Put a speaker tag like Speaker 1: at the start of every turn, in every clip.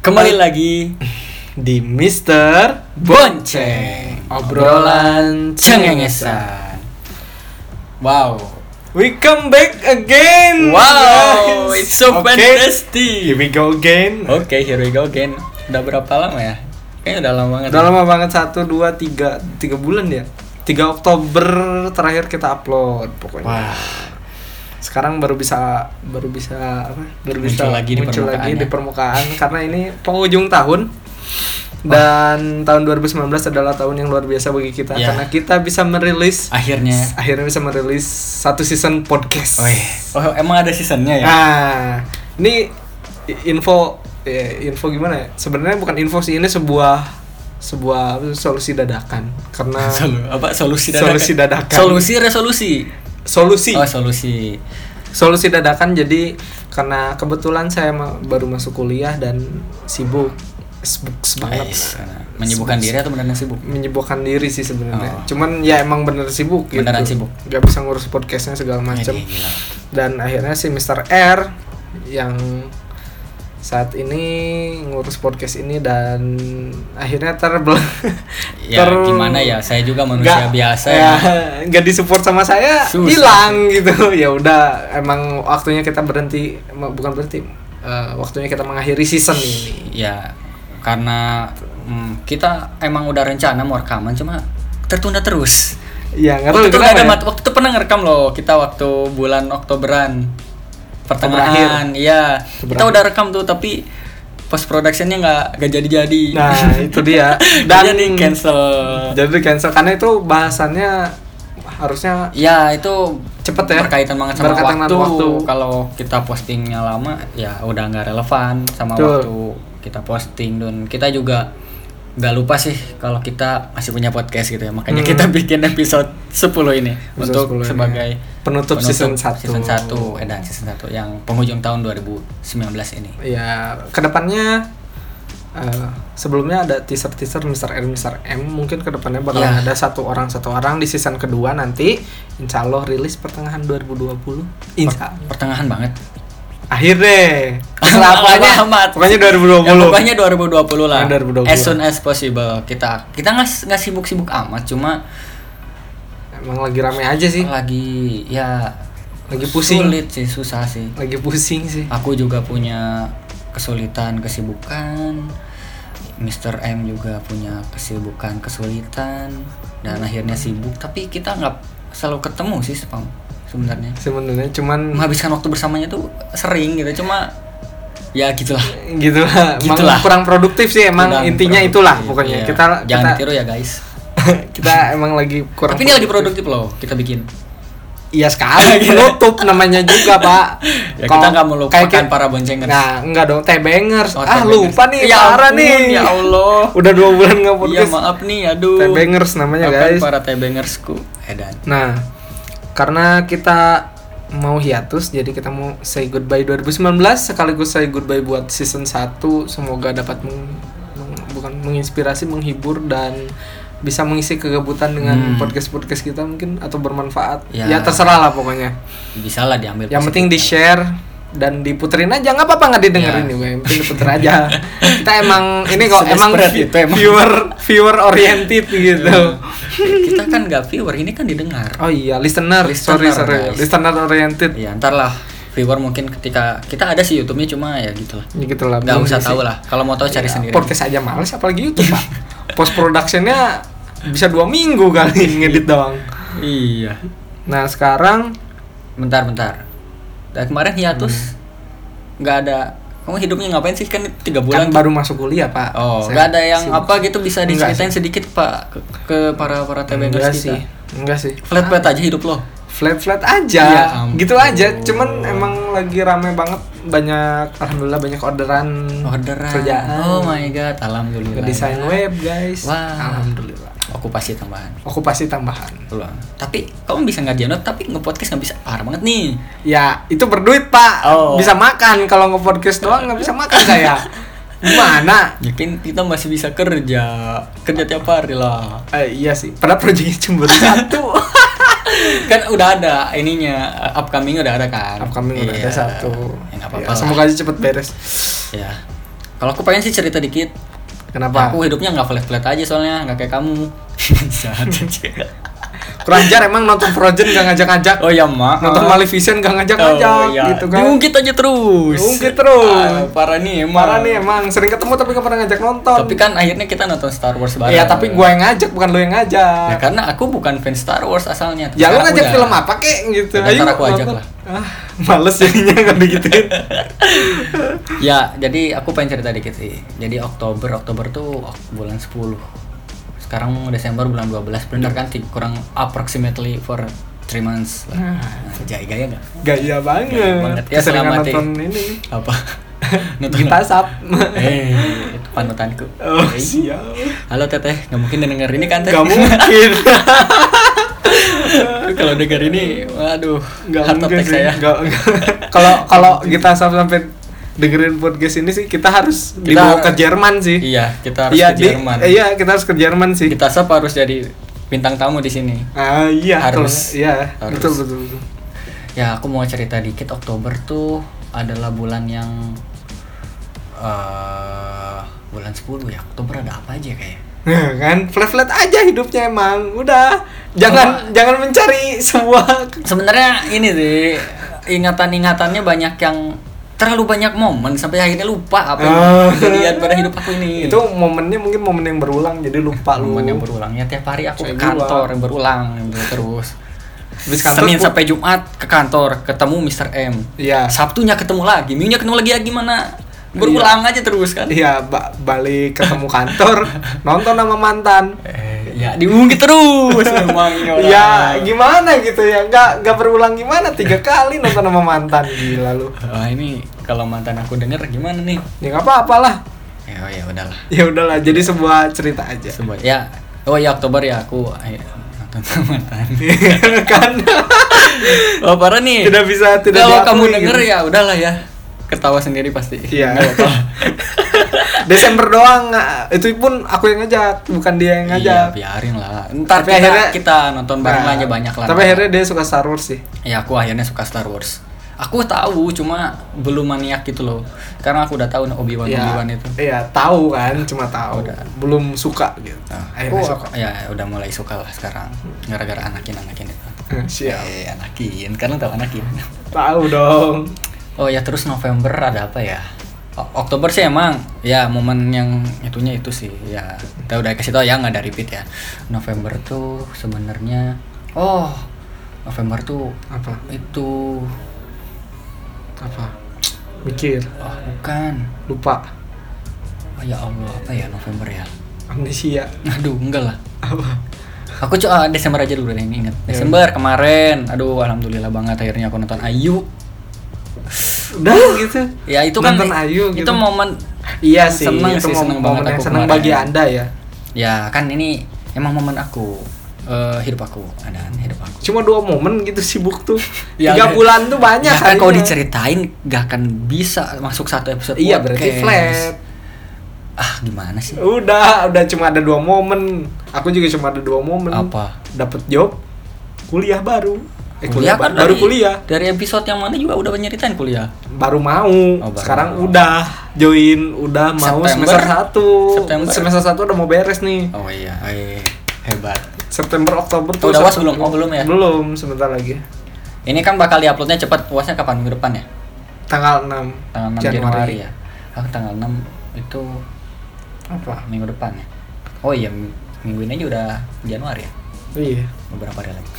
Speaker 1: Kembali lagi
Speaker 2: di Mister
Speaker 1: Bonceng
Speaker 2: Obrolan
Speaker 1: Cengengesan Wow
Speaker 2: We come back again.
Speaker 1: Wow
Speaker 2: guys.
Speaker 1: It's so
Speaker 2: Okay, Here
Speaker 1: fantastic Oh,
Speaker 2: we go again.
Speaker 1: Oke here we go again Udah berapa lama ya? Kayaknya udah lama banget ya.
Speaker 2: Udah lama banget satu dua tiga tiga bulan ya. 3 Oktober terakhir kita upload pokoknya.
Speaker 1: Wah
Speaker 2: Sekarang baru bisa baru bisa apa? Baru
Speaker 1: Muncul
Speaker 2: bisa
Speaker 1: lagi di
Speaker 2: muncul
Speaker 1: permukaan
Speaker 2: lagi
Speaker 1: ya.
Speaker 2: di permukaan karena ini penghujung tahun. Dan tahun 2019 adalah tahun yang luar biasa bagi kita
Speaker 1: Ya.
Speaker 2: karena kita bisa merilis
Speaker 1: Akhirnya
Speaker 2: akhirnya bisa merilis satu season podcast.
Speaker 1: Weh. Oh emang ada seasonnya ya?
Speaker 2: Nah, ini i- info ya, info gimana ya? Sebenarnya bukan info sih, ini sebuah sebuah solusi dadakan karena
Speaker 1: Solu- apa solusi dadakan?
Speaker 2: Solusi dadakan.
Speaker 1: Solusi resolusi.
Speaker 2: solusi
Speaker 1: Oh, solusi.
Speaker 2: solusi dadakan jadi karena kebetulan saya ma- baru masuk kuliah dan sibuk sibuk banget
Speaker 1: Guys, menyibukkan diri atau beneran sibuk?
Speaker 2: menyibukkan diri sih sebenarnya.
Speaker 1: Oh.
Speaker 2: Cuman ya emang bener sibuk gitu.
Speaker 1: Beneran sibuk.
Speaker 2: Gak bisa ngurus podcastnya segala macam.
Speaker 1: Ini Iya, gila.
Speaker 2: dan akhirnya si Mr. R yang saat ini ngurus podcast ini dan akhirnya terbel
Speaker 1: Ya gimana ya? Saya juga manusia
Speaker 2: nggak-
Speaker 1: biasa.
Speaker 2: ya nggak disupport sama saya
Speaker 1: Susah.
Speaker 2: hilang gitu ya udah emang waktunya kita berhenti em- bukan berhenti eh, waktunya kita mengakhiri season ini
Speaker 1: ya karena mm, kita emang udah rencana mau rekaman cuma tertunda terus
Speaker 2: ya nggak tahu
Speaker 1: waktu itu
Speaker 2: kenapa
Speaker 1: ada
Speaker 2: ya.
Speaker 1: mat- waktu itu pernah ngerekam loh kita waktu bulan Oktoberan pertengahan iya kita
Speaker 2: Oktoberan.
Speaker 1: udah rekam tuh tapi post productionnya nggak nggak jadi jadi
Speaker 2: nah itu dia
Speaker 1: dan
Speaker 2: dan
Speaker 1: jadi cancel
Speaker 2: jadi cancel karena itu bahasannya harusnya
Speaker 1: ya itu
Speaker 2: Cepet ya?
Speaker 1: berkaitan banget sama
Speaker 2: Berkaitan dengan
Speaker 1: waktu.
Speaker 2: waktu.
Speaker 1: kalau kita postingnya lama ya udah nggak relevan sama
Speaker 2: Betul.
Speaker 1: waktu kita posting dan kita juga nggak lupa sih kalau kita masih punya podcast gitu ya makanya
Speaker 2: Hmm.
Speaker 1: kita bikin episode 10 ini
Speaker 2: Episode
Speaker 1: untuk
Speaker 2: 10 ini.
Speaker 1: sebagai
Speaker 2: Penutup season satu.
Speaker 1: season 1 eh dan season 1 yang penghujung tahun 2019 ini
Speaker 2: ya kedepannya eh, sebelumnya ada teaser teaser Mr. R Mr. M mungkin kedepannya bakal
Speaker 1: Ya.
Speaker 2: ada satu orang satu orang di season kedua nanti Insya Allah rilis pertengahan 2020 Insya Allah.
Speaker 1: pertengahan banget
Speaker 2: akhir deh Terserah
Speaker 1: Lama
Speaker 2: pokoknya
Speaker 1: amat.
Speaker 2: pokoknya
Speaker 1: Ya,
Speaker 2: 2020
Speaker 1: pokoknya 2020 lah.
Speaker 2: Ya, 2020.
Speaker 1: As soon as possible. Kita kita nggak nggak sibuk-sibuk amat, cuma
Speaker 2: emang lagi rame aja sih
Speaker 1: lagi ya
Speaker 2: Lagi pusing.
Speaker 1: Sulit sih, susah sih.
Speaker 2: lagi pusing sih
Speaker 1: Aku juga punya kesulitan, kesibukan. Mr. M juga punya kesibukan, kesulitan dan akhirnya sibuk, tapi kita nggak selalu ketemu sih Spam, sebenarnya.
Speaker 2: sebenarnya cuman
Speaker 1: Menghabiskan waktu bersamanya tuh sering gitu, cuma ya gitulah.
Speaker 2: gitu lah emang
Speaker 1: Gitulah.
Speaker 2: kurang produktif sih emang
Speaker 1: Kurang
Speaker 2: intinya
Speaker 1: produktif,
Speaker 2: itulah
Speaker 1: iya.
Speaker 2: pokoknya kita
Speaker 1: jangan
Speaker 2: kita,
Speaker 1: ditiru ya guys.
Speaker 2: kita emang lagi kurang
Speaker 1: Tapi ini lagi produktif loh kita bikin.
Speaker 2: Iya sekali menutup namanya juga pak.
Speaker 1: Ya,
Speaker 2: Kalau
Speaker 1: kita nggak melupakan
Speaker 2: kayak kita-
Speaker 1: para boncengers.
Speaker 2: Nah nggak dong tebengers.
Speaker 1: Oh,
Speaker 2: ah
Speaker 1: tebengers.
Speaker 2: lupa nih
Speaker 1: Ya
Speaker 2: parah
Speaker 1: ampun,
Speaker 2: nih.
Speaker 1: ya Allah.
Speaker 2: Udah dua bulan nggak
Speaker 1: Iya
Speaker 2: podcast.
Speaker 1: maaf nih, aduh.
Speaker 2: tebengers namanya
Speaker 1: Maafkan
Speaker 2: guys.
Speaker 1: para Eh, tebengersku. Edan.
Speaker 2: Nah karena kita mau hiatus jadi kita mau say goodbye 2019 sekaligus say goodbye buat season 1 semoga dapat meng- meng- bukan menginspirasi menghibur dan bisa mengisi kegabutan dengan podcast-podcast kita mungkin atau bermanfaat
Speaker 1: Hmm. Ya.
Speaker 2: ya terserah lah pokoknya
Speaker 1: Bisa lah diambil.
Speaker 2: yang penting di
Speaker 1: positifnya.
Speaker 2: share dan diputerin aja nggak apa-apa nggak didengerin
Speaker 1: Ya.
Speaker 2: juga yang penting diputer aja kita emang ini kok
Speaker 1: Sudah
Speaker 2: emang,
Speaker 1: spread
Speaker 2: vi-
Speaker 1: itu emang. Ya.
Speaker 2: viewer viewer oriented gitu
Speaker 1: kita kan nggak viewer, ini kan didengar.
Speaker 2: oh iya listener,
Speaker 1: Listener,
Speaker 2: sorry sorry
Speaker 1: guys.
Speaker 2: listener oriented
Speaker 1: Ya ntar lah viewer mungkin ketika kita ada sih YouTube-nya cuma ya gitulah.
Speaker 2: ya gitu lah
Speaker 1: Nggak
Speaker 2: belum
Speaker 1: usah
Speaker 2: sih.
Speaker 1: tahu lah. Kalau mau tahu cari
Speaker 2: Ya,
Speaker 1: sendiri.
Speaker 2: podcast aja males apalagi YouTube pak post productionnya bisa dua minggu kali ngedit doang
Speaker 1: Iya.
Speaker 2: nah sekarang
Speaker 1: Bentar bentar. Dan kemarin
Speaker 2: Hmm.
Speaker 1: hiatus nggak ada. Kamu hidupnya ngapain sih kan tiga bulan?
Speaker 2: kan baru masuk kuliah pak
Speaker 1: Oh,
Speaker 2: Saya
Speaker 1: nggak ada yang
Speaker 2: sibuk.
Speaker 1: apa gitu bisa
Speaker 2: Enggak
Speaker 1: diceritain sedikit pak ke, ke para para
Speaker 2: enggak
Speaker 1: TBNers
Speaker 2: sih Hmm.
Speaker 1: kita.
Speaker 2: enggak sih
Speaker 1: Flat flat aja hidup lo.
Speaker 2: flat flat aja
Speaker 1: Ya ampun.
Speaker 2: gitu aja cuman emang lagi rame banget banyak alhamdulillah banyak orderan
Speaker 1: Orderan.
Speaker 2: kerjaan
Speaker 1: Oh my god, alhamdulillah.
Speaker 2: desain web guys
Speaker 1: Wah.
Speaker 2: alhamdulillah
Speaker 1: Okupasi tambahan.
Speaker 2: okupasi tambahan
Speaker 1: Peluang. Tapi kamu bisa nggak download tapi nge-podcast nggak bisa parah banget nih.
Speaker 2: ya itu berduit pak
Speaker 1: Oh.
Speaker 2: bisa makan kalau nge podcast doang nggak bisa makan saya gimana
Speaker 1: Yakin kita masih bisa kerja kerja tiap hari lah.
Speaker 2: Eh, iya sih padahal proyeknya cuma baru satu
Speaker 1: kan udah ada ininya upcoming udah ada kan.
Speaker 2: upcoming udah
Speaker 1: Iya.
Speaker 2: ada satu
Speaker 1: Ya nggak
Speaker 2: Ya,
Speaker 1: apa-apa. lah.
Speaker 2: semoga aja cepet beres
Speaker 1: Ya. Kalau aku pengen sih cerita dikit.
Speaker 2: Kenapa?
Speaker 1: Aku hidupnya nggak flat-flat aja soalnya, nggak kayak kamu. Jahat.
Speaker 2: Kurang ajar emang nonton Frozen gak ngajak-ngajak.
Speaker 1: oh ya mak.
Speaker 2: Nonton Maleficent gak ngajak-ngajak
Speaker 1: Oh, iya.
Speaker 2: gitu kan.
Speaker 1: Diungkit aja terus.
Speaker 2: Diungkit terus.
Speaker 1: Ah, parah nih emang.
Speaker 2: Parah nih emang sering ketemu tapi gak pernah ngajak nonton.
Speaker 1: Tapi kan akhirnya kita nonton Star Wars bareng.
Speaker 2: Iya, tapi gua yang ngajak bukan lu yang
Speaker 1: Ya
Speaker 2: ngajak.
Speaker 1: karena aku bukan fans Star Wars asalnya. tapi
Speaker 2: Ya, lu
Speaker 1: sekarang
Speaker 2: ngajak
Speaker 1: udah.
Speaker 2: film apa kek gitu.
Speaker 1: Udah, ntar aku ajak
Speaker 2: nonton.
Speaker 1: lah.
Speaker 2: Ah, males jadinya kalau digituin.
Speaker 1: Ya, jadi aku pengen cerita dikit sih. Jadi Oktober, Oktober tuh ok- bulan 10. Sekarang Desember bulan 12. Bener kan? Ti- Kurang approximately for 3 months. Lah. Nah, jaya gaya nggak?
Speaker 2: Gaya banget.
Speaker 1: Gaya banget. Ya,
Speaker 2: Keseringan
Speaker 1: selamat,
Speaker 2: nonton
Speaker 1: ya.
Speaker 2: ini.
Speaker 1: Apa? Nonton
Speaker 2: Iya. Kita
Speaker 1: apa?
Speaker 2: sap.
Speaker 1: Eh, itu panutanku.
Speaker 2: Oh,
Speaker 1: Eh.
Speaker 2: siap.
Speaker 1: Halo Teteh, nggak mungkin denger ini kan Teteh?
Speaker 2: Gak mungkin.
Speaker 1: Kalau denger ini, waduh,
Speaker 2: Gak
Speaker 1: heart attack
Speaker 2: mungkin sih.
Speaker 1: saya.
Speaker 2: Nggak- nggak. Kalau kalau kita sap sampai dengerin podcast ini sih kita harus
Speaker 1: Kita-
Speaker 2: dibawa ke Jerman sih.
Speaker 1: Iya, kita harus ke
Speaker 2: di-
Speaker 1: Jerman.
Speaker 2: eh, Iya, kita harus ke Jerman sih.
Speaker 1: Kita sap harus jadi bintang tamu di sini.
Speaker 2: Ah iya,
Speaker 1: Harus.
Speaker 2: kalau- Iya,
Speaker 1: Harus.
Speaker 2: betul betul. betul.
Speaker 1: Ya, aku mau cerita dikit. Oktober tuh adalah bulan yang eh bulan 10 ya. Oktober ada apa aja kayaknya?
Speaker 2: Nah, kan flat-flat aja hidupnya emang. Udah, jangan jangan mencari sebuah
Speaker 1: Sebenarnya ini sih ingatan-ingatannya banyak yang terlalu banyak momen sampai akhirnya lupa apa yang
Speaker 2: Ah.
Speaker 1: kejadian pada hidup aku ini.
Speaker 2: itu momennya mungkin momen yang berulang jadi lupa
Speaker 1: Iya.
Speaker 2: lu.
Speaker 1: momen yang berulang ya tiap hari aku ke
Speaker 2: Saya
Speaker 1: kantor
Speaker 2: dua.
Speaker 1: yang berulang gitu, terus
Speaker 2: Habis kantor
Speaker 1: Senin
Speaker 2: pu-
Speaker 1: sampai Jumat ke kantor ketemu Mr. M
Speaker 2: Iya.
Speaker 1: Sabtunya ketemu lagi Minggunya ketemu lagi ya gimana berulang aja terus kan
Speaker 2: Iya, ba- balik ketemu kantor, nonton sama mantan.
Speaker 1: eh, ya diungkit terus memang ini orang.
Speaker 2: Ya, gimana gitu ya? Nggak nggak berulang gimana? Tiga kali nonton sama mantan gila lu.
Speaker 1: Wah, ini kalau mantan aku denger gimana nih
Speaker 2: Ya nggak apa-apalah.
Speaker 1: ya ya udahlah
Speaker 2: Ya udahlah, jadi sebuah cerita aja.
Speaker 1: Sebuah- ya oh ya Oktober ya aku eh, nonton sama mantan
Speaker 2: kan
Speaker 1: oh parah nih
Speaker 2: tidak bisa tidak
Speaker 1: kalau kamu
Speaker 2: diakui,
Speaker 1: denger
Speaker 2: gitu.
Speaker 1: ya udahlah ya ketawa sendiri pasti
Speaker 2: Iya.
Speaker 1: Nggak apa-apa.
Speaker 2: Desember doang ah, itu pun aku yang ngajak bukan dia yang ngajak
Speaker 1: Iya, biarin lah. Ntar kita,
Speaker 2: Tapi akhirnya-
Speaker 1: kita nonton bareng
Speaker 2: Nah,
Speaker 1: aja banyak lah.
Speaker 2: tapi akhirnya dia suka Star Wars sih
Speaker 1: ya aku akhirnya suka Star Wars. Aku tahu cuma belum maniak gitu loh. Karena aku udah tahu Obi-Wan Obi-Wan itu.
Speaker 2: iya tahu kan cuma tahu
Speaker 1: Udah.
Speaker 2: belum suka gitu
Speaker 1: Nah,
Speaker 2: akhirnya
Speaker 1: aku-
Speaker 2: suka
Speaker 1: ya udah mulai suka lah sekarang gara-gara anakin anakin itu.
Speaker 2: Eh, siap
Speaker 1: Eh, anakin karena tahu anakin.
Speaker 2: tahu dong
Speaker 1: Oh ya terus November ada apa ya? O- Oktober sih emang ya momen yang itunya itu sih ya kita udah kasih tau ya nggak ada repeat ya November tuh sebenarnya oh November tuh
Speaker 2: apa
Speaker 1: itu
Speaker 2: apa mikir
Speaker 1: oh bukan
Speaker 2: lupa
Speaker 1: oh ya allah apa ya November ya
Speaker 2: amnesia
Speaker 1: aduh enggak lah
Speaker 2: apa
Speaker 1: aku coba Desember aja dulu deh ini
Speaker 2: Iya.
Speaker 1: ingat Desember kemarin aduh alhamdulillah banget akhirnya aku nonton Ayu
Speaker 2: udah gitu
Speaker 1: ya itu
Speaker 2: Nonton
Speaker 1: kan
Speaker 2: Ayu
Speaker 1: itu
Speaker 2: gitu.
Speaker 1: momen
Speaker 2: iya sih
Speaker 1: Seneng
Speaker 2: itu
Speaker 1: sih,
Speaker 2: mom-
Speaker 1: seneng
Speaker 2: momen
Speaker 1: banget
Speaker 2: yang
Speaker 1: aku
Speaker 2: seneng
Speaker 1: kemarin.
Speaker 2: bagi anda ya
Speaker 1: ya kan ini emang momen aku Eh, hidup aku ada hidup aku
Speaker 2: cuma dua momen gitu sibuk tuh
Speaker 1: Ya,
Speaker 2: tiga
Speaker 1: ada-
Speaker 2: bulan tuh banyak
Speaker 1: kan kalau
Speaker 2: harinya.
Speaker 1: diceritain gak akan bisa masuk satu episode
Speaker 2: iya berarti
Speaker 1: podcast.
Speaker 2: flat Eh,
Speaker 1: ah gimana sih
Speaker 2: Udah, udah cuma ada dua momen. Aku juga cuma ada dua momen.
Speaker 1: Apa?
Speaker 2: Dapat job, kuliah baru. Eh, kuliah,
Speaker 1: kan
Speaker 2: baru, baru
Speaker 1: dari-
Speaker 2: kuliah,
Speaker 1: dari episode yang mana juga udah nyeritain kuliah
Speaker 2: baru mau.
Speaker 1: Oh, baru
Speaker 2: Sekarang
Speaker 1: mau.
Speaker 2: udah join, udah mau
Speaker 1: September.
Speaker 2: semester satu.
Speaker 1: September.
Speaker 2: Semester satu udah mau beres nih.
Speaker 1: oh iya eh, hebat
Speaker 2: September Oktober
Speaker 1: Udah was belum? Oh, belum ya?
Speaker 2: Belum, sebentar lagi.
Speaker 1: Ini kan bakal diuploadnya cepat. Puasnya kapan minggu depan ya?
Speaker 2: Tanggal 6,
Speaker 1: Tanggal 6 Januari, ya. Ah, tanggal 6 itu
Speaker 2: Apa?
Speaker 1: minggu depan ya. Oh iya, mi- minggu ini aja udah Januari ya.
Speaker 2: Iya.
Speaker 1: Beberapa hari lagi.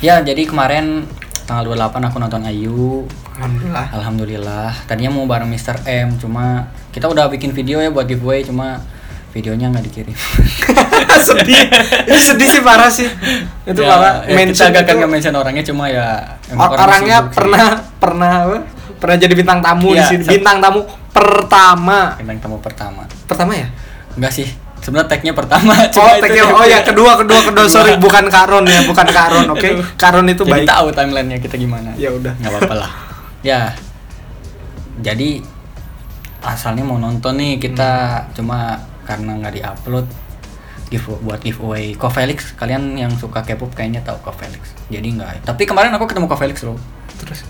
Speaker 1: Ya, jadi kemarin tanggal 28 aku nonton Ayu.
Speaker 2: Alhamdulillah.
Speaker 1: Alhamdulillah. Tadinya mau bareng Mr. M, cuma kita udah bikin video ya buat giveaway, cuma videonya nggak dikirim.
Speaker 2: sedih. Ini sedih sih parah sih. Itu
Speaker 1: Ya,
Speaker 2: parah.
Speaker 1: ya, kita
Speaker 2: Mention
Speaker 1: agak
Speaker 2: itu-
Speaker 1: akan mention orangnya cuma ya emang
Speaker 2: Or- orangnya
Speaker 1: sibuk sih.
Speaker 2: pernah pernah apa? pernah jadi bintang tamu
Speaker 1: Iya,
Speaker 2: di sini
Speaker 1: sat-
Speaker 2: bintang tamu pertama
Speaker 1: bintang tamu pertama.
Speaker 2: pertama ya
Speaker 1: Enggak sih. Sebenarnya tagnya pertama.
Speaker 2: oh
Speaker 1: cuma itu
Speaker 2: thank you.
Speaker 1: dia-
Speaker 2: oh ya kedua kedua kedua sorry bukan Karon ya bukan Karon oke Karon itu
Speaker 1: jadi
Speaker 2: baik
Speaker 1: tahu timelinenya kita gimana
Speaker 2: ya udah
Speaker 1: nggak apa-apa lah ya jadi asalnya mau nonton nih kita
Speaker 2: Hmm.
Speaker 1: cuma karena nggak diupload give buat giveaway Ko Felix kalian yang suka K-pop kayaknya tahu Ko Felix jadi nggak tapi kemarin aku ketemu Ko Felix loh
Speaker 2: terus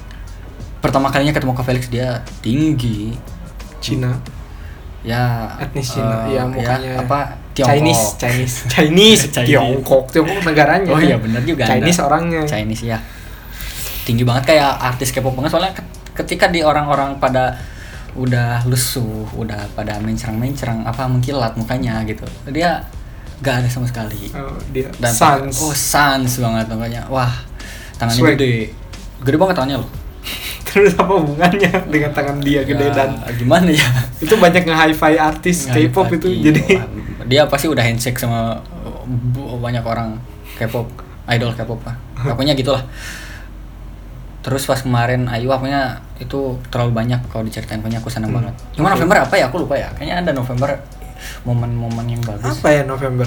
Speaker 1: pertama kalinya ketemu Ko Felix dia tinggi
Speaker 2: Cina
Speaker 1: ya
Speaker 2: Etnis
Speaker 1: eh,
Speaker 2: Cina, ya, mukanya
Speaker 1: apa Tiongkok
Speaker 2: Chinese, Chinese, Chinese,
Speaker 1: Chinese.
Speaker 2: Tiongkok, Tiongkok negaranya.
Speaker 1: oh iya bener juga Anda.
Speaker 2: Chinese orangnya.
Speaker 1: Chinese ya tinggi banget kayak artis K-pop banget soalnya ke- ketika di orang-orang pada udah lusuh udah pada mencerang-mencerang apa mengkilat mukanya gitu dia gak ada sama sekali
Speaker 2: Oh, dia
Speaker 1: dan
Speaker 2: Sans.
Speaker 1: oh sans banget mukanya wah tangannya
Speaker 2: Swag.
Speaker 1: gede gede banget tangannya loh
Speaker 2: Terus apa hubungannya dengan tangan dia gede
Speaker 1: Ya,
Speaker 2: dan
Speaker 1: gimana ya
Speaker 2: itu banyak nge-hi-fi artis
Speaker 1: Nggak
Speaker 2: K-pop
Speaker 1: dipati.
Speaker 2: itu jadi
Speaker 1: Wah, dia pasti udah handshake sama uh, bu- banyak orang K-pop idol K-pop lah pokoknya gitulah terus pas kemarin Ayu apanya itu terlalu banyak kalau diceritain pokoknya aku seneng
Speaker 2: Hmm.
Speaker 1: banget cuma
Speaker 2: Oke.
Speaker 1: November apa ya aku lupa ya kayaknya ada November momen-momen yang bagus
Speaker 2: apa ya November?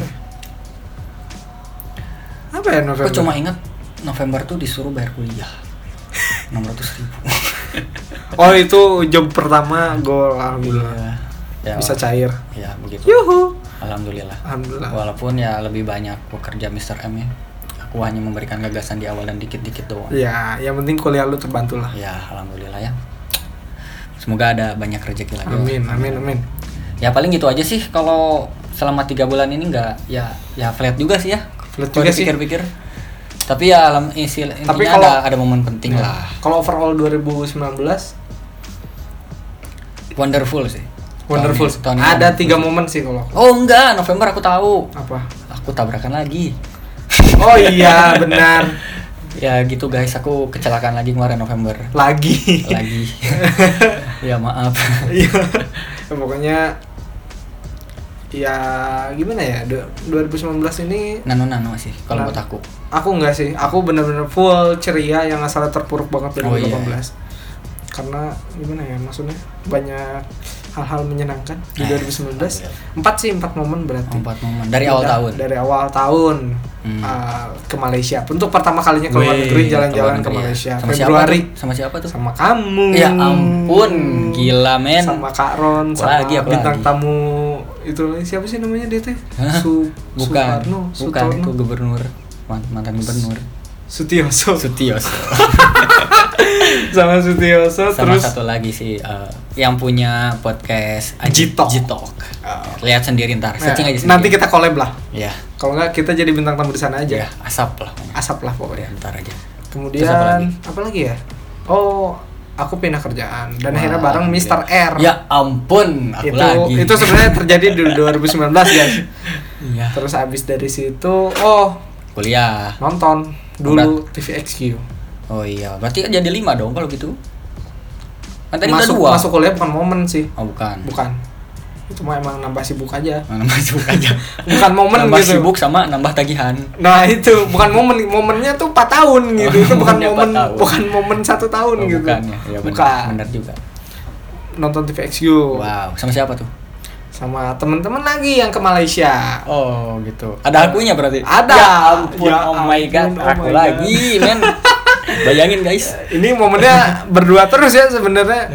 Speaker 2: Apa ya November?
Speaker 1: aku cuma inget November tuh disuruh bayar kuliah 600 ribu
Speaker 2: Oh itu job pertama gol alhamdulillah
Speaker 1: ya,
Speaker 2: bisa cair.
Speaker 1: ya begitu
Speaker 2: Yuhu.
Speaker 1: Alhamdulillah
Speaker 2: Alhamdulillah.
Speaker 1: Walaupun ya lebih banyak pekerja Mr. M ya. Aku hanya memberikan gagasan di awal dan dikit-dikit doang.
Speaker 2: Ya, yang penting kuliah lu terbantu lah.
Speaker 1: Ya, alhamdulillah ya. Semoga ada banyak rezeki lagi.
Speaker 2: Amin, amin, amin.
Speaker 1: Ya paling gitu aja sih kalau selama tiga bulan ini nggak ya ya flat juga sih ya.
Speaker 2: Flat
Speaker 1: Kalau
Speaker 2: juga sih.
Speaker 1: dipikir-pikir. Tapi ya alam isi intinya
Speaker 2: Tapi kalau-
Speaker 1: ada, ada momen penting
Speaker 2: Ya.
Speaker 1: lah.
Speaker 2: Kalau overall 2019
Speaker 1: Wonderful sih.
Speaker 2: wonderful.
Speaker 1: Tahun ini- tahun ini
Speaker 2: Ada
Speaker 1: wonderful
Speaker 2: tiga
Speaker 1: sih.
Speaker 2: momen sih kalau aku.
Speaker 1: Oh enggak, November aku tahu.
Speaker 2: apa?
Speaker 1: Aku tabrakan lagi.
Speaker 2: Oh iya, benar.
Speaker 1: Ya gitu guys, aku kecelakaan lagi kemarin November.
Speaker 2: Lagi.
Speaker 1: lagi ya maaf
Speaker 2: Iya. Ya, Pokoknya ya gimana ya du- 2019 ini
Speaker 1: nano nano sih kalau
Speaker 2: Nah.
Speaker 1: buat aku
Speaker 2: aku nggak sih aku bener-bener full ceria yang asalnya terpuruk banget dari
Speaker 1: Oh, iya.
Speaker 2: 2018 karena gimana ya maksudnya banyak hal-hal menyenangkan di
Speaker 1: Eh,
Speaker 2: 2019 empat sih empat momen berarti
Speaker 1: empat momen dari awal
Speaker 2: Udah,
Speaker 1: tahun
Speaker 2: dari awal tahun
Speaker 1: Hmm.
Speaker 2: uh, ke Malaysia untuk pertama kalinya ke luar
Speaker 1: Wih,
Speaker 2: negeri
Speaker 1: luar
Speaker 2: jalan-jalan ke
Speaker 1: negeri ya.
Speaker 2: Malaysia
Speaker 1: sama siapa
Speaker 2: Februari
Speaker 1: tuh? sama siapa tuh
Speaker 2: sama kamu
Speaker 1: ya ampun gila men
Speaker 2: sama Kak Ron
Speaker 1: Aku
Speaker 2: sama
Speaker 1: lagi, aku
Speaker 2: bintang
Speaker 1: lagi.
Speaker 2: tamu itu lagi. siapa sih namanya dia teh
Speaker 1: Hah?
Speaker 2: Su
Speaker 1: bukan
Speaker 2: Sukarno
Speaker 1: bukan
Speaker 2: Sutono?
Speaker 1: itu gubernur Man- mantan gubernur
Speaker 2: Sutioso
Speaker 1: Sutioso
Speaker 2: sama
Speaker 1: sama
Speaker 2: Sutioso terus
Speaker 1: satu lagi sih eh, yang punya podcast
Speaker 2: Jitok.
Speaker 1: Jitok
Speaker 2: Eh,
Speaker 1: lihat sendiri ntar
Speaker 2: nah,
Speaker 1: searching aja sendiri.
Speaker 2: nanti kita collab lah
Speaker 1: ya
Speaker 2: kalau nggak kita jadi bintang tamu di sana
Speaker 1: ya
Speaker 2: aja
Speaker 1: asap lah pokoknya.
Speaker 2: asap lah
Speaker 1: ya,
Speaker 2: pokoknya
Speaker 1: ntar aja
Speaker 2: kemudian
Speaker 1: apa
Speaker 2: apa
Speaker 1: lagi?
Speaker 2: lagi? ya oh aku pindah kerjaan dan
Speaker 1: Wah,
Speaker 2: akhirnya bareng Mr. R
Speaker 1: ya ampun aku
Speaker 2: itu
Speaker 1: lagi
Speaker 2: itu sebenarnya terjadi di 2019 guys
Speaker 1: Iya.
Speaker 2: terus abis dari situ oh
Speaker 1: kuliah
Speaker 2: nonton dulu TVXQ
Speaker 1: Oh iya, berarti jadi lima dong kalau gitu. Kan tadi udah
Speaker 2: masuk
Speaker 1: dua.
Speaker 2: masuk kuliah bukan momen sih
Speaker 1: Oh bukan.
Speaker 2: bukan itu mah emang nambah sibuk aja
Speaker 1: Nah, Nambah sibuk aja.
Speaker 2: bukan momen
Speaker 1: nambah
Speaker 2: gitu
Speaker 1: sibuk sama nambah tagihan.
Speaker 2: Nah itu bukan momen momennya tuh 4 tahun gitu itu bukan
Speaker 1: Momennya
Speaker 2: momen
Speaker 1: Oh, empat tahun.
Speaker 2: bukan momen satu tahun
Speaker 1: Oh,
Speaker 2: gitu
Speaker 1: Bukan ya. Iya benar.
Speaker 2: Bukan.
Speaker 1: Benar juga.
Speaker 2: nonton TVXQ
Speaker 1: Wow, sama siapa tuh?
Speaker 2: sama temen-temen lagi yang ke Malaysia
Speaker 1: Oh gitu. Ada akunya berarti.
Speaker 2: Ada.
Speaker 1: Ya ampun.
Speaker 2: Ya
Speaker 1: oh my god,
Speaker 2: ampun, oh
Speaker 1: aku
Speaker 2: my God.
Speaker 1: lagi, men. Bayangin guys.
Speaker 2: ini momennya berdua terus ya sebenarnya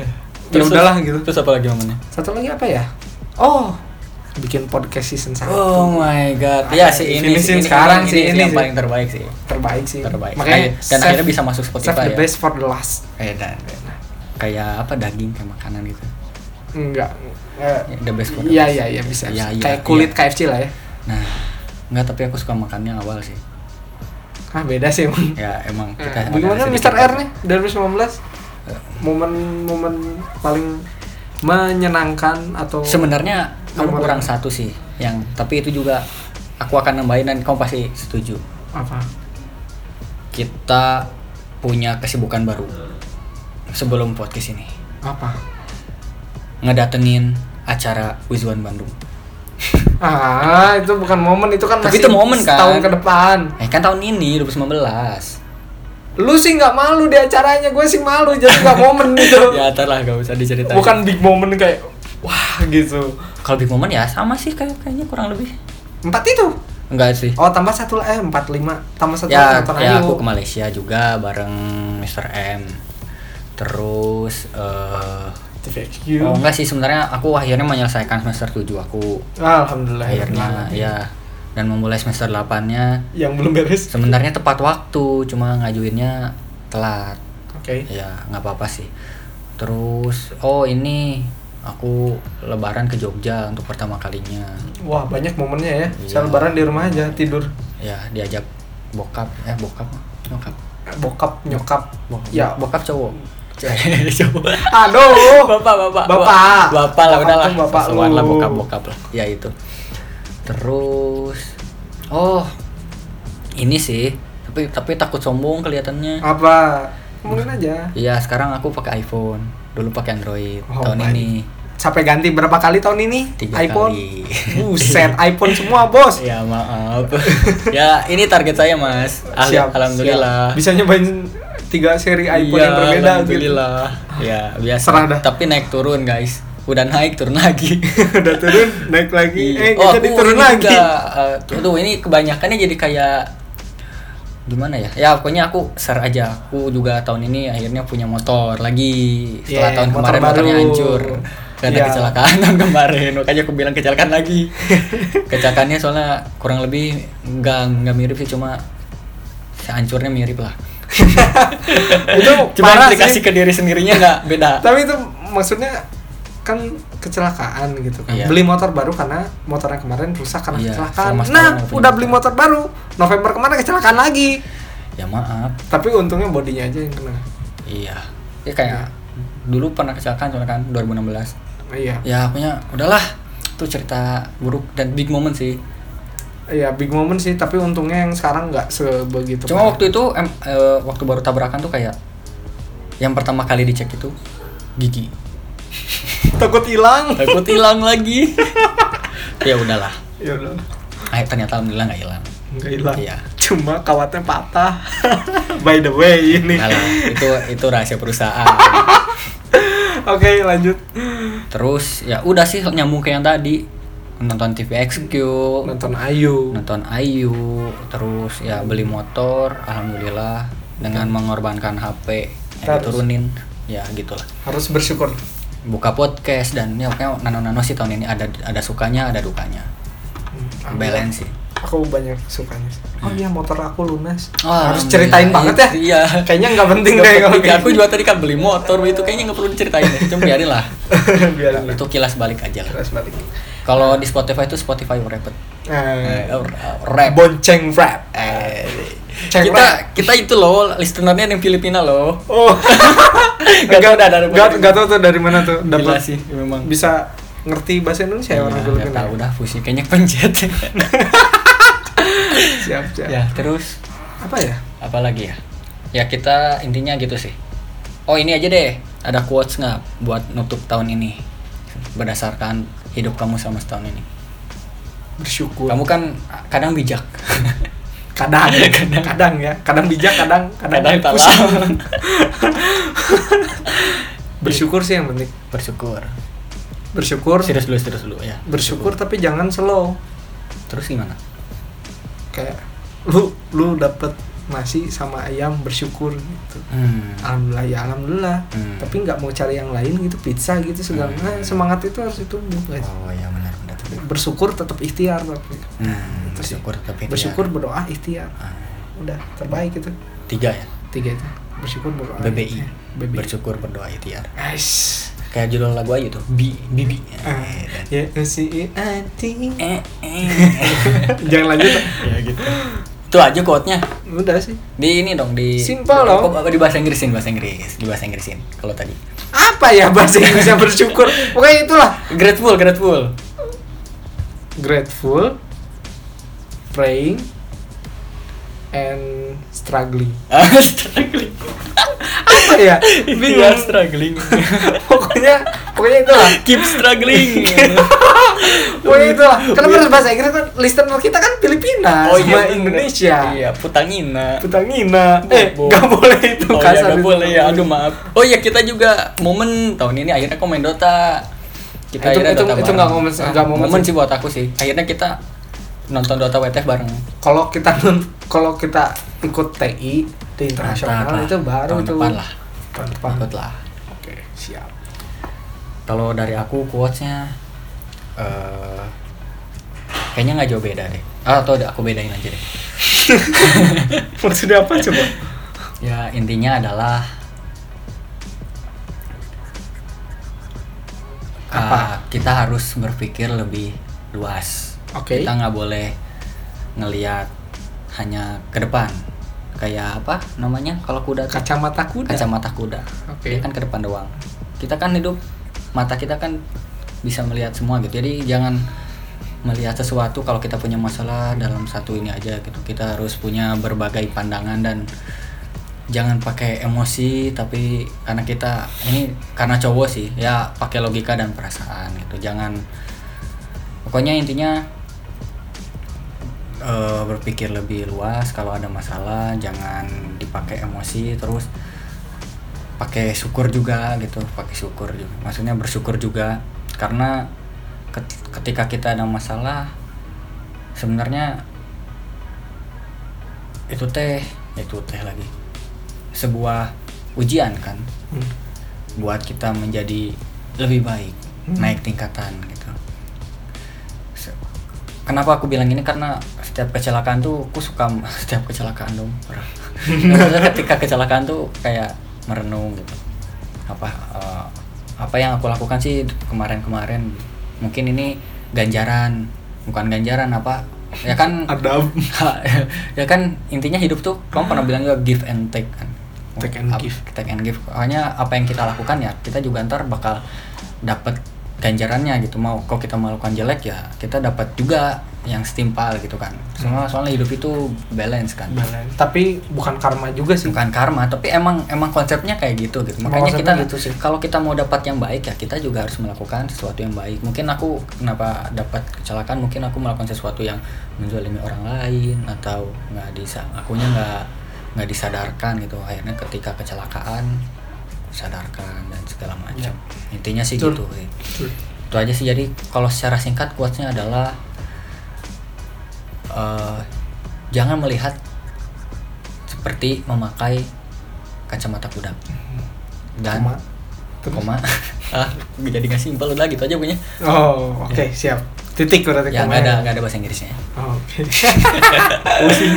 Speaker 2: ya udahlah gitu
Speaker 1: Iya. Terus apa lagi momennya?
Speaker 2: satu lagi apa ya oh bikin podcast season satu
Speaker 1: Oh my god. Ya sih ini
Speaker 2: Finishing
Speaker 1: sih
Speaker 2: sekarang sih, ini
Speaker 1: yang
Speaker 2: sih.
Speaker 1: paling terbaik sih.
Speaker 2: terbaik sih
Speaker 1: Terbaik.
Speaker 2: makanya
Speaker 1: Ay- dan
Speaker 2: save-
Speaker 1: akhirnya bisa masuk
Speaker 2: save
Speaker 1: Spotify
Speaker 2: the
Speaker 1: ya.
Speaker 2: best for the last
Speaker 1: Eh dan dan- kayak apa daging kayak makanan gitu.
Speaker 2: enggak eh,
Speaker 1: Ya, The best for the
Speaker 2: Iya
Speaker 1: best.
Speaker 2: iya iya bisa,
Speaker 1: Iya,
Speaker 2: bisa.
Speaker 1: iya,
Speaker 2: kayak
Speaker 1: iya.
Speaker 2: kulit KFC lah ya
Speaker 1: Nah, enggak tapi aku suka makannya awal sih.
Speaker 2: ah beda sih emang
Speaker 1: Ya emang kita
Speaker 2: Nah, Bagaimana
Speaker 1: agak
Speaker 2: Mr.
Speaker 1: sedikit-
Speaker 2: R nih 2019? Momen-momen paling menyenangkan atau
Speaker 1: Sebenarnya kamu
Speaker 2: Nomor
Speaker 1: kurang
Speaker 2: berapa?
Speaker 1: satu sih yang tapi itu juga aku akan nambahin dan kamu pasti setuju.
Speaker 2: apa?
Speaker 1: Kita punya kesibukan baru sebelum podcast ini.
Speaker 2: Apa?
Speaker 1: Ngedatengin acara Wizwan Bandung.
Speaker 2: Ah, itu bukan momen, itu kan
Speaker 1: Tapi
Speaker 2: masih
Speaker 1: itu momen, kan?
Speaker 2: setahun ke depan.
Speaker 1: Eh kan tahun ini 2019.
Speaker 2: Lu sih nggak malu di acaranya, gue sih malu jadi nggak momen gitu.
Speaker 1: ya ntar lah gak usah diceritain.
Speaker 2: bukan big moment kayak wah gitu.
Speaker 1: Kalau big moment ya sama sih kayak kayaknya kurang lebih.
Speaker 2: Empat itu.
Speaker 1: Enggak sih.
Speaker 2: Oh, tambah satu lah eh empat lima, tambah satu
Speaker 1: ya,
Speaker 2: lagi nonton
Speaker 1: ya
Speaker 2: Ayu.
Speaker 1: aku ke Malaysia juga bareng Mr. M terus eh
Speaker 2: TVXQ.
Speaker 1: oh enggak sih sebenarnya aku akhirnya menyelesaikan semester 7 aku
Speaker 2: Alhamdulillah.
Speaker 1: akhirnya iya. ya dan memulai semester 8 nya
Speaker 2: Yang belum beres. Oke.
Speaker 1: sebenarnya tepat waktu cuma ngajuinnya telat ya nggak apa-apa sih terus oh ini aku lebaran ke Jogja untuk pertama kalinya
Speaker 2: Wah banyak momennya ya.
Speaker 1: Iya.
Speaker 2: Saya lebaran di rumah aja tidur.
Speaker 1: ya diajak bokap eh bokap nyokap
Speaker 2: Bokap nyokap.
Speaker 1: Bokap-
Speaker 2: Ya.
Speaker 1: bokap cowok cowok
Speaker 2: Aduh.
Speaker 1: bapak bapak
Speaker 2: Bapak.
Speaker 1: bapak lah
Speaker 2: Bapak
Speaker 1: udahlah
Speaker 2: tuh bapak
Speaker 1: Sesuatu lah
Speaker 2: lu.
Speaker 1: bokap bokap lah ya itu terus oh ini sih tapi tapi takut sombong kelihatannya
Speaker 2: Apa? Mungkin aja.
Speaker 1: Iya sekarang aku pakai iPhone dulu pakai Android
Speaker 2: Oh,
Speaker 1: tahun
Speaker 2: baik.
Speaker 1: ini
Speaker 2: Sampai ganti berapa kali tahun ini?
Speaker 1: Tiga
Speaker 2: iPhone.
Speaker 1: kali.
Speaker 2: Buset, iPhone semua, Bos.
Speaker 1: ya maaf ya ini target saya mas Al-
Speaker 2: Siap,
Speaker 1: alhamdulillah
Speaker 2: siap. Bisa nyobain tiga seri iPhone
Speaker 1: Iya,
Speaker 2: yang berbeda gitu.
Speaker 1: alhamdulillah ya biasa
Speaker 2: Serah dah.
Speaker 1: tapi naik turun guys udah naik turun lagi
Speaker 2: Udah turun, naik lagi. Eh,
Speaker 1: oh,
Speaker 2: jadi
Speaker 1: aku
Speaker 2: turun
Speaker 1: ini
Speaker 2: lagi.
Speaker 1: juga, eh, tuh, tuh, ini kebanyakannya jadi kayak gimana ya? Ya pokoknya aku share aja. Aku juga tahun ini akhirnya punya motor lagi. Setelah
Speaker 2: Yeah,
Speaker 1: tahun
Speaker 2: Iya, motor
Speaker 1: kemarin motornya
Speaker 2: baru. Iya.
Speaker 1: hancur karena
Speaker 2: Yeah.
Speaker 1: kecelakaan tahun kemarin. Makanya aku bilang kecelakaan lagi. Kecelakaannya soalnya kurang lebih nggak nggak mirip sih cuma hancurnya mirip lah.
Speaker 2: Itu
Speaker 1: Cuma
Speaker 2: parah
Speaker 1: aplikasi
Speaker 2: sih.
Speaker 1: ke diri sendirinya nggak beda.
Speaker 2: Tapi itu maksudnya kan kecelakaan gitu kan.
Speaker 1: Iya.
Speaker 2: Beli motor baru karena motor yang kemarin rusak karena
Speaker 1: Iya,
Speaker 2: kecelakaan.
Speaker 1: selama setahun
Speaker 2: Nah,
Speaker 1: nggak punya
Speaker 2: udah beli motor baru, November kemarin kecelakaan lagi.
Speaker 1: Ya maaf.
Speaker 2: Tapi untungnya bodinya aja yang kena.
Speaker 1: Iya. Ya kayak dulu pernah kecelakaan soalnya kan 2016.
Speaker 2: Iya.
Speaker 1: ya punya udahlah itu cerita buruk dan big moment sih
Speaker 2: Iya, big moment sih, tapi untungnya yang sekarang nggak sebegitu.
Speaker 1: cuma
Speaker 2: parah.
Speaker 1: waktu itu em, eh, waktu baru tabrakan tuh kayak yang pertama kali dicek itu gigi
Speaker 2: takut hilang.
Speaker 1: takut hilang lagi ya udahlah
Speaker 2: Ya udah.
Speaker 1: ah, ternyata alhamdulillah nggak hilang
Speaker 2: Nggak hilang.
Speaker 1: Iya.
Speaker 2: Cuma kawatnya patah. By the way ini.
Speaker 1: Nggak lah, itu itu rahasia perusahaan
Speaker 2: Oke, lanjut.
Speaker 1: terus ya udah sih nyambung kayak yang tadi nonton TVXQ
Speaker 2: Nonton Ayu.
Speaker 1: nonton Ayu terus ya beli motor alhamdulillah dengan mengorbankan HP yang
Speaker 2: Terus.
Speaker 1: diturunin ya gitulah
Speaker 2: Harus bersyukur.
Speaker 1: buka podcast dan ya pokoknya nano-nano sih tahun ini ada ada sukanya ada dukanya
Speaker 2: Hmm,
Speaker 1: balance sih
Speaker 2: aku banyak sukanya sih. oh iya motor aku lunas
Speaker 1: Wah,
Speaker 2: harus ceritain
Speaker 1: alhamdulillah.
Speaker 2: banget ya
Speaker 1: Hmm. Ah, Iya.
Speaker 2: kayaknya nggak penting
Speaker 1: Nggak
Speaker 2: deh kalau
Speaker 1: penting.
Speaker 2: kayak
Speaker 1: aku juga tadi kan beli motor itu kayaknya nggak perlu diceritain ya. cuma biarin lah
Speaker 2: gini. biarin lah
Speaker 1: itu kilas balik aja lah
Speaker 2: keras balik
Speaker 1: kalau di Spotify itu Spotify Wrapped Eh,
Speaker 2: Eh,
Speaker 1: uh, rap
Speaker 2: bonceng rap
Speaker 1: Eh,
Speaker 2: Ceng
Speaker 1: kita
Speaker 2: rap.
Speaker 1: kita itu loh listenernya yang Filipina loh
Speaker 2: oh
Speaker 1: Nggak tahu dah dari
Speaker 2: nggak
Speaker 1: mana.
Speaker 2: nggak tahu tuh dari mana tuh
Speaker 1: Gila
Speaker 2: dapat
Speaker 1: sih memang
Speaker 2: bisa ngerti bahasa Indonesia
Speaker 1: ya,
Speaker 2: ya, orang dulu
Speaker 1: nggak
Speaker 2: kan
Speaker 1: tahu dah pusing kayaknya pencet
Speaker 2: siap siap
Speaker 1: ya terus
Speaker 2: apa ya
Speaker 1: apalagi ya ya kita intinya gitu sih oh ini aja deh ada quotes nggak buat nutup tahun ini berdasarkan hidup kamu selama setahun ini
Speaker 2: bersyukur
Speaker 1: kamu kan kadang bijak
Speaker 2: kadang kadang kadang ya kadang bijak kadang
Speaker 1: kadang
Speaker 2: pusing.
Speaker 1: salah
Speaker 2: bersyukur sih yang penting
Speaker 1: bersyukur
Speaker 2: bersyukur
Speaker 1: serius dulu serius dulu ya
Speaker 2: bersyukur tapi jangan slow
Speaker 1: terus gimana
Speaker 2: kayak lu lu dapet nasi sama ayam bersyukur gitu
Speaker 1: hmm.
Speaker 2: alhamdulillah ya alhamdulillah
Speaker 1: Hmm.
Speaker 2: tapi nggak mau cari yang lain gitu pizza gitu segala
Speaker 1: Hmm.
Speaker 2: Nah, semangat itu harus ditumbuh guys
Speaker 1: oh ya benar benar
Speaker 2: bersyukur tetap ikhtiar tapi
Speaker 1: hmm, bersyukur tapi
Speaker 2: ya?
Speaker 1: Ah.
Speaker 2: bersyukur berdoa ikhtiar udah terbaik itu
Speaker 1: tiga ya
Speaker 2: tiga itu bersyukur berdoa Eh,
Speaker 1: BBI
Speaker 2: ikhtiar. BBI
Speaker 1: bersyukur berdoa ikhtiar
Speaker 2: guys
Speaker 1: kayak judul lagu aja tuh bi bibi Eh, dan-
Speaker 2: ya si anti
Speaker 1: eh, eh.
Speaker 2: jangan lanjut
Speaker 1: ya gitu itu aja quote-nya
Speaker 2: udah sih
Speaker 1: di ini dong di
Speaker 2: Simple
Speaker 1: di-
Speaker 2: dong.
Speaker 1: apa- di bahasa Inggrisin bahasa Inggris di bahasa Inggrisin kalau tadi
Speaker 2: apa ya bahasa Inggrisnya bersyukur pokoknya itulah
Speaker 1: grateful grateful
Speaker 2: grateful, praying, and struggling.
Speaker 1: Ah, struggling
Speaker 2: Apa
Speaker 1: Iya.
Speaker 2: ya?
Speaker 1: You are struggling
Speaker 2: pokoknya, pokoknya itulah.
Speaker 1: keep struggling
Speaker 2: Pokoknya itulah. Kenapa harus bahasa Inggris kan? Listener kita kan Filipina
Speaker 1: Iya. Oh,
Speaker 2: sama
Speaker 1: iya, bener.
Speaker 2: Indonesia.
Speaker 1: iya putangina
Speaker 2: Putangina. Eh,
Speaker 1: Bo-
Speaker 2: nggak boleh itu
Speaker 1: oh
Speaker 2: kasar.
Speaker 1: ya nggak
Speaker 2: itu.
Speaker 1: boleh ya aduh maaf oh iya kita juga momen tahun ini akhirnya komen Dota kita
Speaker 2: Itu-
Speaker 1: akhirnya
Speaker 2: itu-
Speaker 1: Dota
Speaker 2: itu
Speaker 1: bareng.
Speaker 2: nggak momen-
Speaker 1: Ah,
Speaker 2: nggak momen
Speaker 1: momen sih
Speaker 2: sih.
Speaker 1: buat aku sih akhirnya kita nonton Dota WTF bareng
Speaker 2: Kalau kita kalau kita ikut TI di internasional
Speaker 1: Rata-rata.
Speaker 2: itu baru
Speaker 1: Tahun
Speaker 2: tuh.
Speaker 1: depan lah
Speaker 2: Tahun depan.
Speaker 1: ikut lah
Speaker 2: Oke, siap.
Speaker 1: kalau dari aku quotesnya eh kayaknya nggak jauh beda deh Ah, atau ada- aku bedain aja deh
Speaker 2: Maksudnya apa coba?
Speaker 1: ya intinya adalah
Speaker 2: Apa?
Speaker 1: uh, kita harus berpikir lebih luas.
Speaker 2: Oke.
Speaker 1: Kita nggak boleh ngelihat hanya ke depan. Kayak apa namanya? Kalau kuda tuh,
Speaker 2: Kacamata kuda.
Speaker 1: kacamata kuda.
Speaker 2: Oke.
Speaker 1: Dia kan ke depan doang. Kita kan hidup mata kita kan bisa melihat semua gitu. Jadi jangan melihat sesuatu kalau kita punya masalah dalam satu ini aja gitu. Kita harus punya berbagai pandangan dan jangan pakai emosi tapi karena kita ini karena cowok sih ya pakai logika dan perasaan gitu. Jangan pokoknya intinya eh, berpikir lebih luas kalau ada masalah jangan dipakai emosi terus pakai syukur juga gitu pakai syukur juga maksudnya bersyukur juga karena ket- ketika kita ada masalah sebenarnya itu teh itu teh lagi sebuah ujian kan
Speaker 2: Hmm.
Speaker 1: buat kita menjadi lebih baik naik tingkatan gitu Se- kenapa aku bilang ini karena setiap kecelakaan tuh aku suka setiap kecelakaan dong parah. Maksudnya ketika kecelakaan tuh kayak merenung gitu apa eh, apa yang aku lakukan sih kemarin-kemarin mungkin ini ganjaran bukan ganjaran apa ya kan
Speaker 2: Ada
Speaker 1: ya kan intinya hidup tuh kamu pernah bilang juga give and take kan
Speaker 2: Take and
Speaker 1: Ap-
Speaker 2: give.
Speaker 1: take and give pokoknya apa yang kita lakukan ya kita juga ntar bakal dapat ganjarannya gitu mau kalau kita melakukan jelek ya kita dapat juga yang setimpal gitu kan semua soalnya hidup itu balance kan
Speaker 2: Hmm. balance. Tapi bukan karma juga sih.
Speaker 1: bukan karma tapi emang emang konsepnya kayak gitu gitu
Speaker 2: Emang
Speaker 1: makanya kita
Speaker 2: konsepnya gitu sih.
Speaker 1: kalau kita mau dapat yang baik ya kita juga harus melakukan sesuatu yang baik mungkin aku kenapa dapat kecelakaan mungkin aku melakukan sesuatu yang menzalimi orang lain atau nggak bisa akunya nggak nggak disadarkan gitu akhirnya ketika kecelakaan sadarkan dan segala macam intinya sih
Speaker 2: Ya. Betul.
Speaker 1: gitu sih. itu aja sih jadi kalau secara singkat kuatnya adalah eh, jangan melihat seperti memakai kacamata kuda dan
Speaker 2: Cuma.
Speaker 1: koma ah jadi nggak simpel udah gitu aja punya
Speaker 2: Oh, oke, siap. Titik berarti
Speaker 1: ya nggak
Speaker 2: koma
Speaker 1: ada
Speaker 2: ya?
Speaker 1: nggak ada bahasa Inggrisnya
Speaker 2: Oh, Oke. Pusing.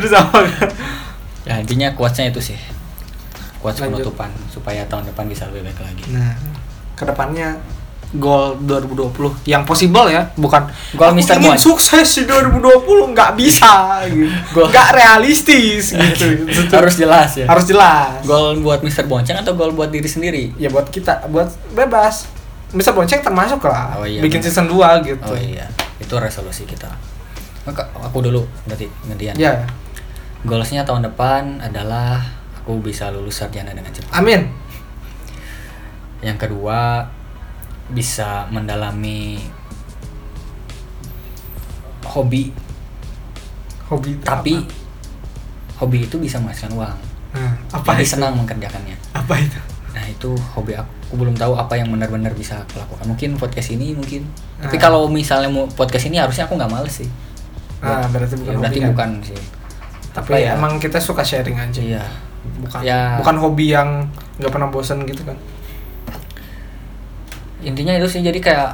Speaker 2: Terus apa?
Speaker 1: ya intinya kuatnya itu sih kuat
Speaker 2: Lanjut.
Speaker 1: penutupan supaya tahun depan bisa lebih baik lagi
Speaker 2: Nah, kedepannya goal 2020 yang possible ya, bukan
Speaker 1: Goal
Speaker 2: "Aku
Speaker 1: Mr. Bon."
Speaker 2: ingin sukses di 2020 nggak bisa gitu.
Speaker 1: Goal-
Speaker 2: Nggak realistis gitu.
Speaker 1: harus jelas ya
Speaker 2: harus jelas.
Speaker 1: gol buat Mister Bonceng atau gol buat diri sendiri
Speaker 2: Ya buat kita, buat bebas. Bisa bonceng termasuk lah.
Speaker 1: Oh, iya,
Speaker 2: Bikin
Speaker 1: bener.
Speaker 2: season 2 gitu.
Speaker 1: oh iya itu resolusi kita Maka- aku dulu berarti gantian
Speaker 2: Ya.
Speaker 1: goalsnya tahun depan adalah aku bisa lulus sarjana dengan cepat
Speaker 2: Amin.
Speaker 1: yang kedua bisa mendalami hobi
Speaker 2: Hobi itu
Speaker 1: tapi
Speaker 2: apa?
Speaker 1: hobi itu bisa menghasilkan uang
Speaker 2: Nah, apa
Speaker 1: jadi
Speaker 2: itu?
Speaker 1: senang mengerjakannya
Speaker 2: Apa itu?
Speaker 1: nah itu hobi aku aku belum tahu apa yang benar-benar bisa aku lakukan mungkin podcast ini mungkin tapi
Speaker 2: Ah.
Speaker 1: kalau misalnya mau podcast ini harusnya aku nggak males sih
Speaker 2: Ah, berarti bukan
Speaker 1: Ya, berarti
Speaker 2: hobi, kan?
Speaker 1: bukan sih
Speaker 2: Tapi
Speaker 1: Apa ya?
Speaker 2: emang kita suka sharing aja.
Speaker 1: iya
Speaker 2: Bukan
Speaker 1: Ya.
Speaker 2: bukan hobi yang nggak pernah bosen gitu kan.
Speaker 1: intinya itu sih jadi kayak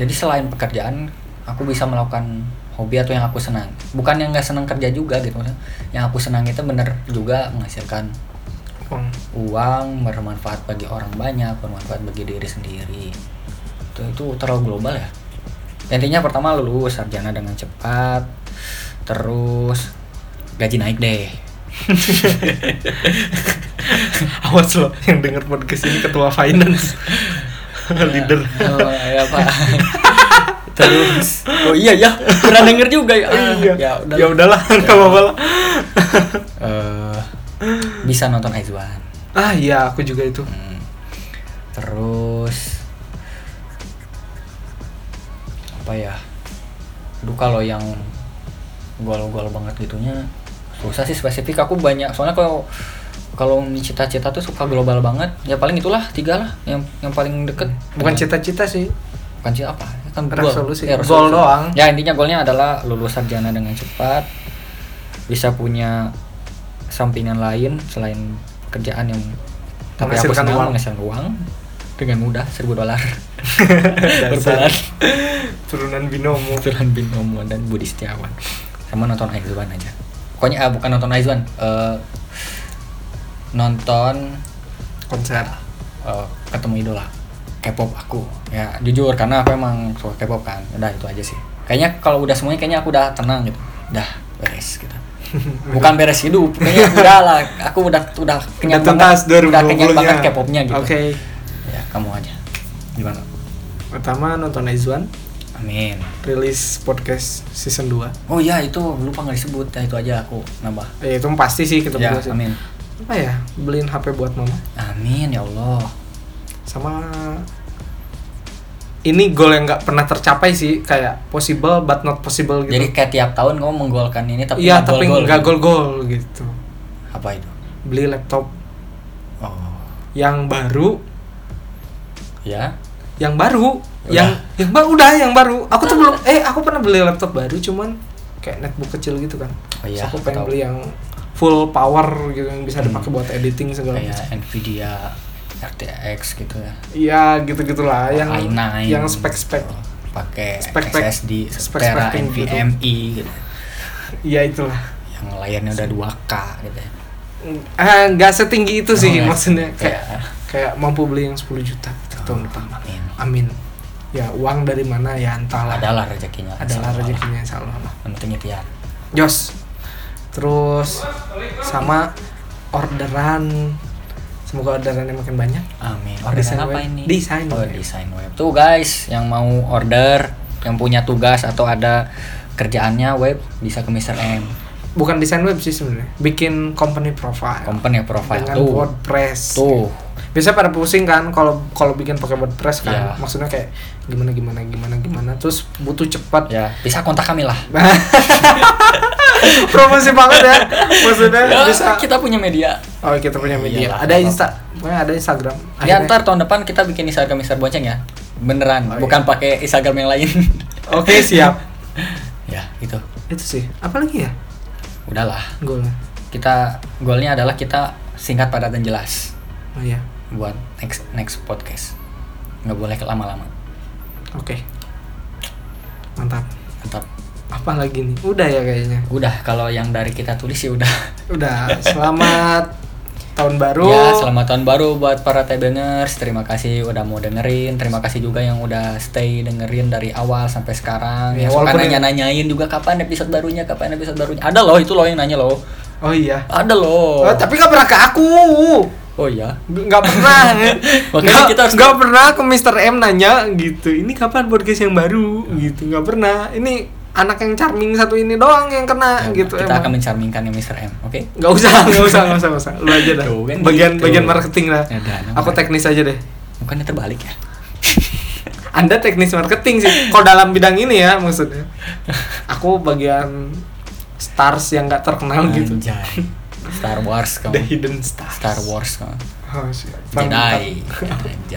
Speaker 1: jadi selain pekerjaan aku bisa melakukan hobi atau yang aku senang bukan yang nggak senang kerja juga gitu maksudnya yang aku senang itu bener juga menghasilkan
Speaker 2: Uang.
Speaker 1: uang bermanfaat bagi orang banyak bermanfaat bagi diri sendiri itu itu terlalu global ya intinya pertama lulus sarjana dengan cepat terus gaji naik deh
Speaker 2: Awas loh yang denger podcast ini ketua finance. Leader.
Speaker 1: Oh, ya pak terus oh iya ya pernah denger juga ya Ah,
Speaker 2: iya.
Speaker 1: ya udah
Speaker 2: Ya udahlah, enggak apa-apa lah.
Speaker 1: Eh, bisa nonton Aizwan
Speaker 2: ah iya, aku juga itu.
Speaker 1: Hmm. terus apa ya Aduh kalau yang gol-gol banget gitunya susah sih spesifik aku banyak soalnya kalau kalau cita-cita tuh suka global banget ya paling itulah tiga lah yang yang paling deket
Speaker 2: Bukan cita-cita sih.
Speaker 1: bukan sih apa Ya kan goal.
Speaker 2: Resolusi.
Speaker 1: ya,
Speaker 2: Goal doang.
Speaker 1: ya intinya golnya adalah lulus sarjana dengan cepat bisa punya sampingan lain selain kerjaan yang tapi aku
Speaker 2: Menghasilkan
Speaker 1: senang
Speaker 2: uang.
Speaker 1: menghasilkan uang dengan mudah seribu dolar
Speaker 2: Dasar.
Speaker 1: berbulan
Speaker 2: Turunan binomo.
Speaker 1: Turan Binomo dan Budi Setiawan sama nonton Aizwan aja pokoknya ah, bukan nonton Aizwan eh, nonton
Speaker 2: Konser.
Speaker 1: eh, ketemu idola K-pop aku ya jujur karena aku emang suka K-pop kan udah itu aja sih kayaknya kalau udah semuanya kayaknya aku udah tenang gitu udah beres gitu bukan beres hidup kayaknya udah lah aku udah udah kenyang
Speaker 2: Udah tuntas
Speaker 1: banget udah kenyang
Speaker 2: 2020-nya.
Speaker 1: banget K-popnya gitu
Speaker 2: Oke.
Speaker 1: ya kamu aja gimana
Speaker 2: Pertama nonton Aizwan,
Speaker 1: amin
Speaker 2: rilis podcast season 2.
Speaker 1: oh iya itu lupa nggak disebut ya itu aja aku nambah
Speaker 2: Eh, itu pasti sih kita
Speaker 1: ya
Speaker 2: berdua sih.
Speaker 1: amin
Speaker 2: Apa ya? Beliin HP buat mama
Speaker 1: amin ya Allah
Speaker 2: sama ini goal yang nggak pernah tercapai sih kayak possible but not possible
Speaker 1: jadi
Speaker 2: gitu.
Speaker 1: kayak tiap tahun kamu menggolkan ini tapi
Speaker 2: Iya,
Speaker 1: nggak
Speaker 2: tapi
Speaker 1: gol-gol
Speaker 2: nggak
Speaker 1: gitu.
Speaker 2: gol-gol gitu.
Speaker 1: apa itu
Speaker 2: Beli laptop
Speaker 1: oh
Speaker 2: yang baru,
Speaker 1: ya
Speaker 2: yang baru,
Speaker 1: Udah.
Speaker 2: yang yang baru udah yang baru. Aku tuh belum eh aku pernah beli laptop baru cuman kayak netbook kecil gitu kan.
Speaker 1: Oh iya,
Speaker 2: Terus aku
Speaker 1: aku
Speaker 2: pengen
Speaker 1: tahu. Hmm.
Speaker 2: beli yang full power gitu yang bisa dipakai buat editing segala macam.
Speaker 1: kayak Nvidia RTX gitu ya
Speaker 2: Iya
Speaker 1: Oh,
Speaker 2: gitu-gitulah yang
Speaker 1: i9
Speaker 2: yang spek-spek.
Speaker 1: gitu. pakai
Speaker 2: Spek-spek.
Speaker 1: SSD
Speaker 2: Spek-spek
Speaker 1: Tera
Speaker 2: yang gitu.
Speaker 1: NVMe gitu.
Speaker 2: Iya itulah.
Speaker 1: yang layarnya udah 2K gitu ya
Speaker 2: Ah, nggak setinggi itu sih
Speaker 1: Oh, nggak.
Speaker 2: maksudnya kayak
Speaker 1: Iya. Oh.
Speaker 2: kayak mampu beli yang 10 juta gitu tahun depan.
Speaker 1: amin
Speaker 2: Amin. Ya uang dari mana ya entahlah.
Speaker 1: adalah rezekinya
Speaker 2: Adalah
Speaker 1: Insyaallah.
Speaker 2: rezekinya insya Allah.
Speaker 1: yang penting ya. ikhtiar
Speaker 2: Jos. Terus sama orderan semoga orderannya makin banyak.
Speaker 1: amin
Speaker 2: Oh, Desain
Speaker 1: orderan apa
Speaker 2: web.
Speaker 1: ini
Speaker 2: Desain
Speaker 1: oh
Speaker 2: web.
Speaker 1: desain web tuh guys yang mau order yang punya tugas atau ada kerjaannya web bisa ke Mr. M
Speaker 2: Bukan desain web sih sebenarnya. Bikin company profile.
Speaker 1: company ya profile
Speaker 2: dengan
Speaker 1: tuh
Speaker 2: WordPress.
Speaker 1: tuh
Speaker 2: biasanya pada pusing kan kalau kalau bikin pakai WordPress kan
Speaker 1: Iya.
Speaker 2: maksudnya kayak gimana gimana gimana gimana terus butuh cepat
Speaker 1: ya bisa kontak kami lah
Speaker 2: promosi banget ya maksudnya
Speaker 1: Ya,
Speaker 2: bisa
Speaker 1: kita punya media
Speaker 2: oh kita punya media
Speaker 1: Iya lah,
Speaker 2: ada
Speaker 1: nggak
Speaker 2: insta pokoknya ada Instagram
Speaker 1: Ya
Speaker 2: Akhirnya-
Speaker 1: ntar tahun depan kita bikin Instagram Mister Bonceng ya. Beneran,
Speaker 2: Oh, iya.
Speaker 1: bukan pakai Instagram yang lain.
Speaker 2: oke siap
Speaker 1: ya, gitu.
Speaker 2: itu sih apalagi ya
Speaker 1: Udahlah.
Speaker 2: goal
Speaker 1: Kita goalnya adalah kita singkat padat dan jelas
Speaker 2: oh ya
Speaker 1: buat next next podcast. Nggak boleh lama-lama.
Speaker 2: oke mantap
Speaker 1: Tetap
Speaker 2: apa lagi nih udah ya kayaknya
Speaker 1: udah kalau yang dari kita tulis ya udah.
Speaker 2: udah selamat tahun baru
Speaker 1: Ya, selamat tahun baru buat para Tebengers. Terima kasih udah mau dengerin. Terima kasih juga yang udah stay dengerin dari awal sampai sekarang.
Speaker 2: Ya,
Speaker 1: Ya, suka
Speaker 2: walaupun yang-
Speaker 1: nanya-nanyain juga kapan episode barunya, kapan episode barunya. Ada loh itu loh yang nanya loh.
Speaker 2: oh iya
Speaker 1: Ada loh.
Speaker 2: Oh, tapi gak pernah ke aku
Speaker 1: Oh iya.
Speaker 2: nggak pernah
Speaker 1: Makanya
Speaker 2: nggak
Speaker 1: kita harus-
Speaker 2: nggak pernah ke Mr. M nanya gitu ini kapan podcast yang baru gitu nggak pernah ini anak yang charming satu ini doang yang kena gitu
Speaker 1: Ya, kita akan
Speaker 2: emang.
Speaker 1: mencerminkan yang Mr. M, oke?
Speaker 2: nggak usah nggak usah nggak usah nggak usah lu aja dah
Speaker 1: Tuh, kan
Speaker 2: bagian
Speaker 1: gitu.
Speaker 2: bagian marketing lah
Speaker 1: Ya udah, nah,
Speaker 2: aku
Speaker 1: makanya.
Speaker 2: teknis aja deh
Speaker 1: Bukannya terbalik ya?
Speaker 2: anda teknis marketing sih kalau dalam bidang ini ya maksudnya aku bagian stars yang nggak terkenal gitu
Speaker 1: Anjay. Star Wars kamu.
Speaker 2: the hidden stars
Speaker 1: Star Wars kamu.
Speaker 2: oh, siap.
Speaker 1: Jedi. Anjay.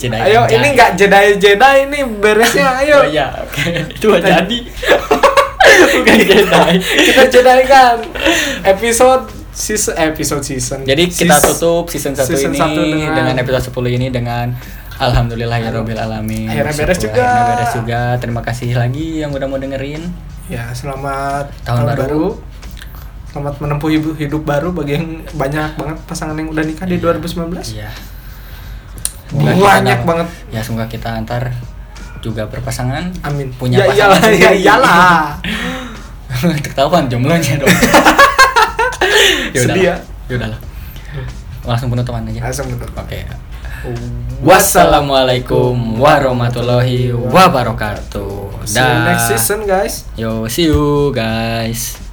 Speaker 1: Jedi.
Speaker 2: ayo
Speaker 1: anjay.
Speaker 2: ini nggak Jedi Jedi ini beresnya
Speaker 1: Oh
Speaker 2: ayo
Speaker 1: iya, oke. Dua jadi. Bukan Jedi.
Speaker 2: kita jadikan episode season eh, episode season
Speaker 1: Jadi kita
Speaker 2: Sis-
Speaker 1: tutup season 1
Speaker 2: season
Speaker 1: ini
Speaker 2: satu dengan-
Speaker 1: dengan, episode 10 ini dengan Alhamdulillah ya Robbil Alamin
Speaker 2: Akhirnya beres
Speaker 1: Syukur,
Speaker 2: juga.
Speaker 1: Akhirnya beres juga Terima kasih lagi yang udah mau dengerin
Speaker 2: ya selamat
Speaker 1: Tahun baru.
Speaker 2: selamat menempuh hidup, hidup baru bagi yang banyak banget pasangan yang udah nikah di 2019
Speaker 1: Iya Semoga kita
Speaker 2: banyak
Speaker 1: dapat-
Speaker 2: banget
Speaker 1: ya semoga kita antar juga berpasangan
Speaker 2: amin
Speaker 1: Punya
Speaker 2: ya iyalah
Speaker 1: pasangan
Speaker 2: ya
Speaker 1: sendiri.
Speaker 2: iyalah
Speaker 1: ketahuan jomblonya dong Ya udahlah.
Speaker 2: Sedih ya.
Speaker 1: ya udahlah langsung penutupan aja oke
Speaker 2: langsung tutup
Speaker 1: wassalamualaikum warahmatullahi wabarakatuh
Speaker 2: see you next
Speaker 1: dah
Speaker 2: season guys
Speaker 1: yo see you guys